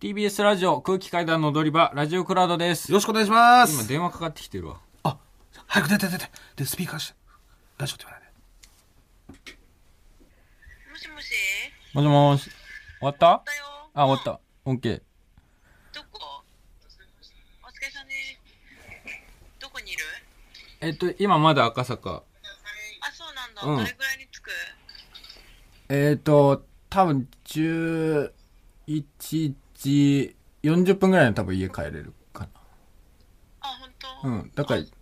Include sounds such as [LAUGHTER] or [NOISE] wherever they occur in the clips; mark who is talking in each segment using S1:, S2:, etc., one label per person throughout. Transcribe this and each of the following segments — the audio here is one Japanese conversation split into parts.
S1: TBS ラジオ空気階段の踊り場ラジオクラウドです
S2: よろしくお願いしま
S1: 今
S2: す。
S1: 電話かかってきてるわ
S2: あ、早く出て出て。で、スピーカーして。ラジオって言わないで。
S3: もしもし
S1: もしもし終わった
S3: だよ。
S1: あ終わった OK
S3: どこお疲れさんです。どこにいる
S1: えっと今まだ赤坂
S3: あ、そうなんだ。
S1: うん
S3: どれぐらいに着く
S1: えっ、と多分11時40分ぐらいに多分家帰れるか
S3: あ、ほんと
S1: うんだから
S3: あど一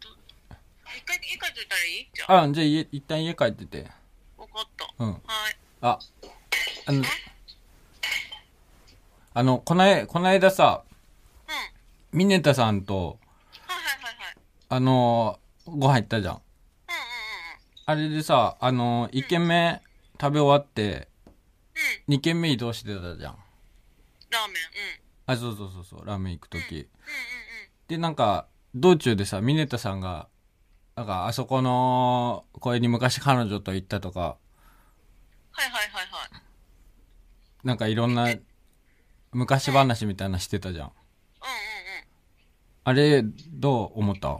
S3: 回、一回といたらいいじゃあ。
S1: なあじゃあ家一旦家帰ってて
S3: わかった。
S1: うん
S3: はい。
S1: あ、あの、あの、こない、こないださ、
S3: うん。はい
S1: ミネタさんと、
S3: はいはいはい。
S1: あのー、ご飯行ったじゃん。
S3: うんうん
S1: あれでさ、あのー、1軒目食べ終わって、
S3: うんうん。うん。
S1: 2軒目移動してたじゃん。
S3: ラーメン。
S1: あ、そうそうそうそう、ラーメン行くとき。
S3: うん。うんうんうん。
S1: で、なんか、道中でさ、ミネタさんが、なんか、あそこの公園に昔彼女と行ったとか、
S3: はいはいはいはい。
S1: なんかいろんな昔話みたいなしてたじゃん。
S3: うんうんうん。
S1: あれ、どう思った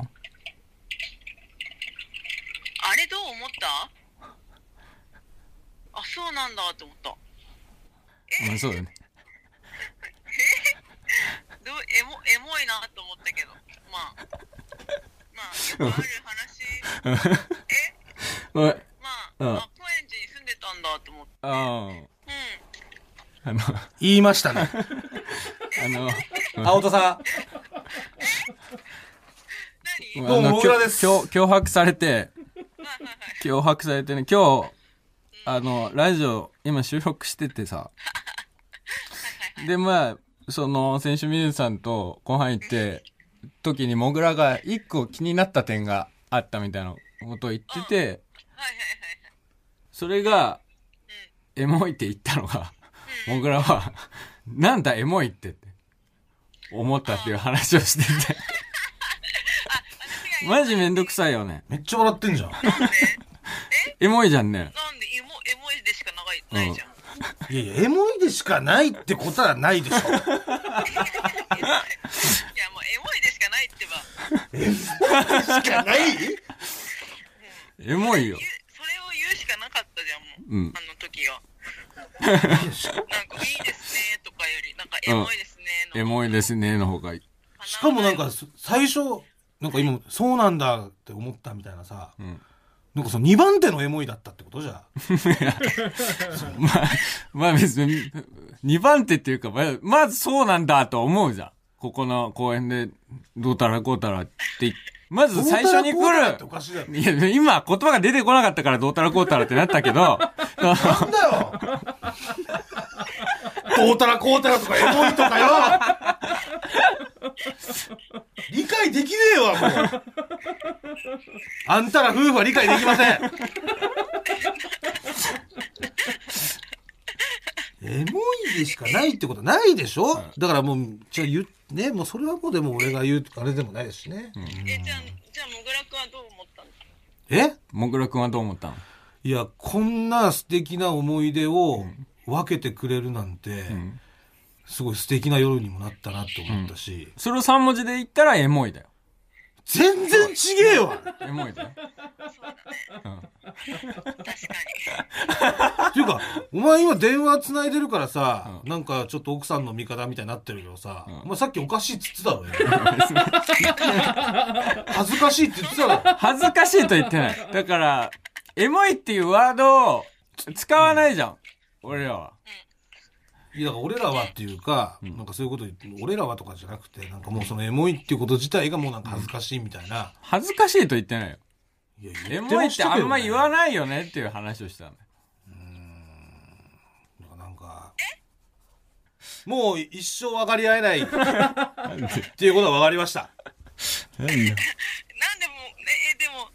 S3: あれどう思ったあ、そうなんだと思った。
S1: まあそうだ
S3: [LAUGHS]
S1: ね。
S3: どうエモエモいなと思ったけどまあまあよくある話え
S1: うん
S3: ま
S1: うん
S3: あ、あ高円寺に住んでたんだと思って
S1: あー
S3: うん
S1: あの、
S2: 言いました [LAUGHS] ね。
S1: あの、
S2: 青田さ
S3: 何、
S2: どうも
S1: あの
S2: 小倉です
S1: 脅脅脅迫されて、
S3: はいはいはい
S1: 脅迫されてね、今日、あの、ラジオ、今収録しててさ。で、まあ、その、先週ミネさんとご飯行って、時にモグラが一個気になった点があったみたいなことを言ってて、
S3: はいはい
S1: それが、エモいって言ったのが、モグラは、なんだエモいってって、思ったっていう話をしてて。
S3: 私が
S1: マジめんどくさいよね。
S2: ん。めっちゃ笑ってんじゃん。
S3: なんで
S1: エモいじゃんね。
S3: なんでエモエモいでしかないないじゃん、
S2: いやいや、エモいでしかないってことはない [LAUGHS] でしょ。
S3: いやもうエモいでしかないってば
S2: しかない
S1: エモいよ
S3: 言。うそれを言うしかなかったじゃんもう、
S1: うん
S3: あの時がなんか「いいですね」とかよりなんか「エモいですね」の
S1: エモいですね、の方がいい。
S3: かな
S2: しかもなんか、そ最初、なんか今、そうなんだって思ったみたいなさ、
S1: ん
S2: なんかその2番手のエモいだったってことじゃ
S1: まあ、まあ別に、2番手っていうか、まあ、まずそうなんだと思うじゃん。ここの公園で、どうたらこうたらって、ま
S2: ん。
S1: ず最初に
S2: どうたらこ
S1: 来
S2: うたらっておかしいだろ。
S1: る。いや、今言葉が出てこなかったからどうたらこうたらってなったけど、 [LAUGHS]
S2: なんだよどうたらこうたらとかエモいとかよ理解できねえわ、もう。あんたら夫婦は理解できません。エモいでしかないってことないでしょ、だからもう、じゃあ言う、ね、もうそれはもうでも俺が言うあれでもないですしね。
S3: えじゃあじゃあもぐらくんはどう思ったんですか
S2: え
S1: もぐらくんはどう思ったの
S2: いや、こんな素敵な思い出を分けてくれるなんて、すごい素敵な夜にもなったなって思ったし、
S1: それを3文字で言ったらエモいだよ。
S2: 全然ちげえわ
S1: エモいだよ。
S3: 確かに
S2: っていうか、お前今電話繋いでるからさ、なんかちょっと奥さんの味方みたいになってるけどさ、お前さっきおかしいっつってたろ、ね、恥ずかしいって言ってたろ。
S1: 恥ずかしいと言ってない。だから、エモいっていうワードを使わないじゃん。俺らは。
S2: いや、だから俺らはっていうか、なんかそういうこと言って、俺らはとかじゃなくて、なんかもうそのエモいっていうこと自体がもうなんか恥ずかしいみたいな。
S1: 恥ずかしいと言ってないよ。
S2: いや
S1: エモいってあんま言わ
S2: い。
S1: ないよねっていう話をしたのよ。
S2: なんか、もう一生分かり合え
S1: [LAUGHS]
S2: ないっていうことは分かりました。
S3: なんでもええでも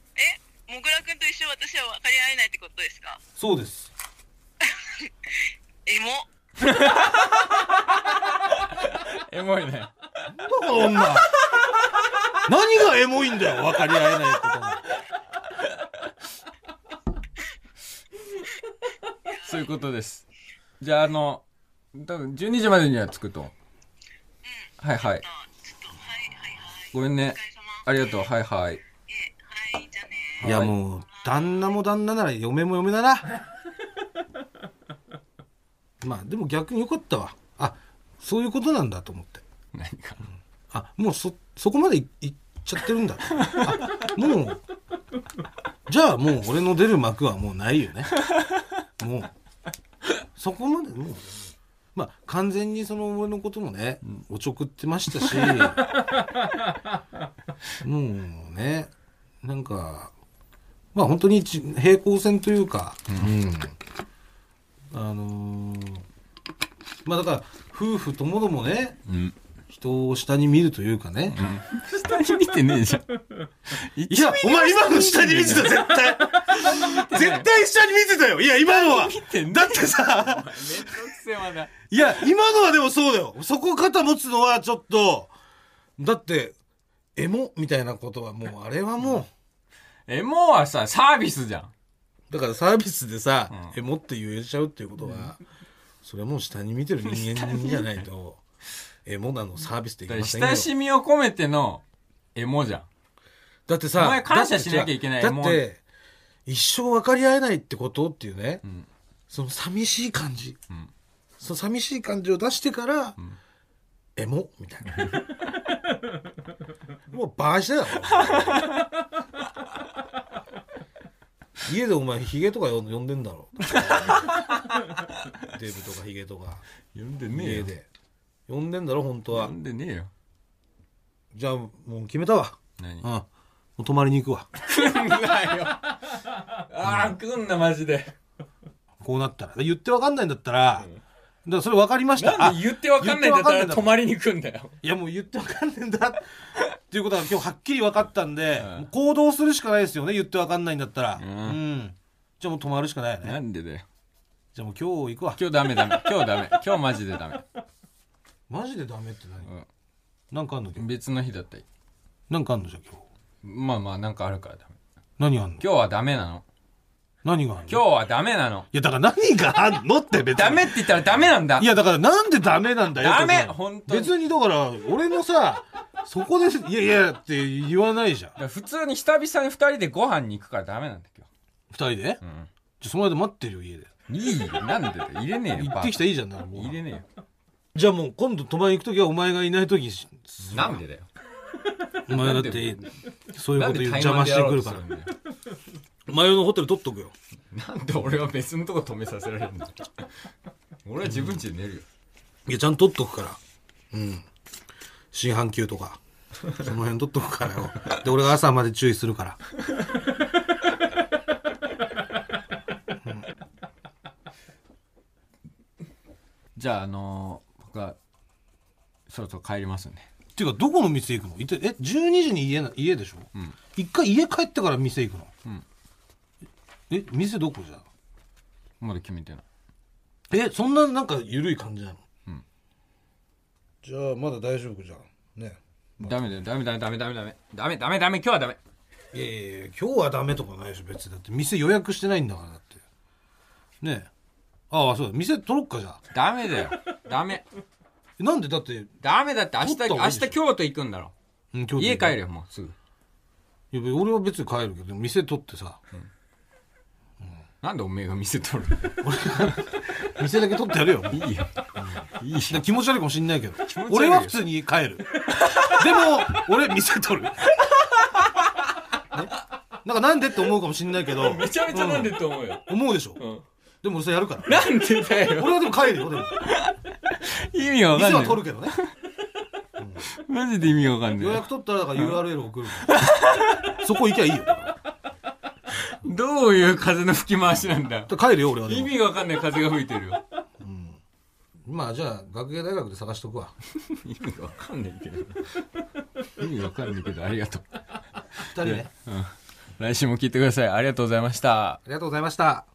S3: えもぐらくんと一緒私は分かり合えないってことですか
S2: そうです。
S3: エモ
S1: エモいね。
S2: なんだこの女。 [LAUGHS] 何がエモいんだよ、分かり合えないことが。
S1: そういうことです。じゃあ、あの、多分12時までには着くと。はいはい。
S3: あちょっとはいはいはい
S1: ごめんね
S3: お疲れ様
S1: ありがとう。はいはい。
S3: ええはいじゃあね
S2: いやもう旦那も旦那なら嫁も嫁だなまあでも逆によかったわあそういうことなんだと思って
S1: 何か。
S2: あもうそそこまでいいっちゃってるんだあもうじゃあもう俺の出る幕はもうないよねもうそこまでもうまあ完全にその俺のこともね、おちょくってましたしもうねなんかまあ本当にち平行線というか、うんあのーまあだから夫婦ともどもね
S1: うん。
S2: 人を下に見るというかね、
S1: 下に見てねえじゃん。
S2: いや、お前今の下に見てた、絶対。 [LAUGHS] 絶対下に見てたよ。いや、今のは。だってさ、
S1: めんどくせえまだ。
S2: いや、今のはでもそうだよ。そこ肩持つのはちょっと、だって、エモみたいなことはもう、あれはも
S1: エモはさ、サービスじゃん。
S2: う、だからサービスでさ、
S1: うん
S2: エモって言えちゃうっていうことは、それはもう下に見てる人間じゃないと、エモなのサービスって
S1: だから
S2: 言いませんよ
S1: 親。しみを込めてのエモじゃん。
S2: だってさ、
S1: お前感謝しなきゃいけない
S2: だっ
S1: もう
S2: て、一生分かり合えないってことっていうね、
S1: ん
S2: その寂しい感じ、
S1: ん
S2: その寂しい感じを出してから、エモみたいな。 [LAUGHS] もうバーしてだろ。家でお前ヒゲとか呼んでん
S1: [LAUGHS]
S2: だろ。デブとかヒゲとか、
S1: 呼んで
S2: 家で。呼んでんだろ、本当は
S1: 呼。んでねえよ。
S2: じゃあ、もう決めたわ。
S1: 何
S2: うん。もう泊まりに行くわ。
S1: 来んなよ。ああ、来んな、マジで。
S2: こうなったら。言ってわかんないんだったら、だからそれ分かりました。
S1: なんで言ってわかんないんだった
S2: 言
S1: ら
S2: ってわかんないんだ
S1: 泊まりに来んだよ。
S2: あいや、もう言ってわかんないんだ。っていうことが今日はっきり分かったんで、
S1: うん
S2: もう行動するしかないですよね。言ってわかんないんだったら。うんん。じゃあもう泊まるしかないよ
S1: な
S2: ね。
S1: んでだよ。
S2: じゃあもう今日行くわ。
S1: 今日ダメダメ。今日ダメ。今日マジでダメ。
S2: マジでダメって何、
S1: うん
S2: なんかあんの今日。
S1: 別の日だったらいい
S2: なんかあんのじゃあ今日。
S1: まあまあ、なんかあるからダメ。
S2: 何あんの
S1: 今日はダメなの。
S2: 何があんの
S1: 今日はダメなの。
S2: いや、だから何があんのって別に。
S1: ダメって言ったらダメなんだ
S2: い。や、だからなんでダメなんだよ。
S1: ダメ
S2: とか
S1: 本当に
S2: 別にだから、俺のさ、そこで、いやいやって言わないじゃん
S1: だ。から普通に久々に二人でご飯に行くからダメなんだ今
S2: 二人
S1: ん
S2: で、じゃあその間待ってるよ、家で。
S1: 日。いいよ。なんでだよ。入れねえよ。
S2: 行ってきた
S1: た
S2: らいいじゃんなもう
S1: 入れねえよ。
S2: じゃあもう今度泊まりに行く時はお前がいない時
S1: [LAUGHS]
S2: にし
S1: なんでだよ。
S2: お前だ
S1: な
S2: って
S1: ん
S2: そういう
S1: なん
S2: こと
S1: で
S2: 言う
S1: タイ
S2: 邪
S1: マ
S2: 魔
S1: ンでや
S2: して
S1: ろ
S2: く
S1: う
S2: る
S1: と
S2: か
S1: す
S2: ら
S1: るんだよ。
S2: 真夜のホテル取っとくよ
S1: なんで俺は別のとこ止めさせられるんだよ。俺は自分家で寝るよ。
S2: いやちゃんと取っとくからうん新阪急とかその辺取っとくから
S1: [LAUGHS]
S2: よで俺が朝まで注意するから
S1: じゃあ、あのー僕は、そろそろ帰りますんで。
S2: っていうかどこの店行くのいてえ12時に家な家でしょ、一回家帰ってから店行くの、
S1: ん
S2: え店どこじゃ
S1: まだ決めてない。
S2: えそんななんか緩い感じなの、
S1: うん
S2: じゃあまだ大丈夫じゃんね
S1: ダメだよ。ダメダメダメダメダメ。ダメダメダメ。今日はダメ。
S2: いやいやいや今日はダメとかないでしょ別にだって店予約してないんだからだってねえああそうだ店取ろっかじゃあ
S1: ダメだよ。ダメ。
S2: えなんでだって、うん、
S1: ダメだって明日、
S2: 取った方
S1: 明
S2: がいい
S1: 日
S2: でしょ
S1: 京都行くんだろ。
S2: 今日で
S1: 家帰れよ、もうすぐ。
S2: いや俺は別に帰るけど店取ってさ
S1: なんでおめえが店取る
S2: 店だけ取ってやるよも
S1: [LAUGHS]
S2: う
S1: いいよ。いいよ。
S2: で気持ち悪いかもしんないけど
S1: 悪いよ
S2: 俺は普通に帰るでも俺店取る、ね、なんかなんでって思うかもしんないけど
S4: めちゃめちゃなんでって思うよ。
S2: 思うでしょ、
S4: ん
S2: でも俺それやるから
S4: なんでだよ。
S2: 俺はでも帰
S1: [LAUGHS]
S2: るよでも
S1: 意味わか
S2: 店
S1: んな。
S2: はい取るけどね
S1: マジで意味わかん
S2: 予
S1: ない。
S2: 約取ったらだから URL 送るから [LAUGHS] そこ行きゃいいよ
S1: どういう風の吹き回しなんだよ。
S2: 帰るよ俺はで
S1: 意
S2: も
S1: 味わかんない風が吹いてるよ。
S2: まあじゃあ学芸大学で探しとくわ
S1: 意味わかんないけど。意味わかんないけど、ありがとう。
S2: 二人ね
S1: 来週も聞いてください。ありがとうございました。
S2: ありがとうございました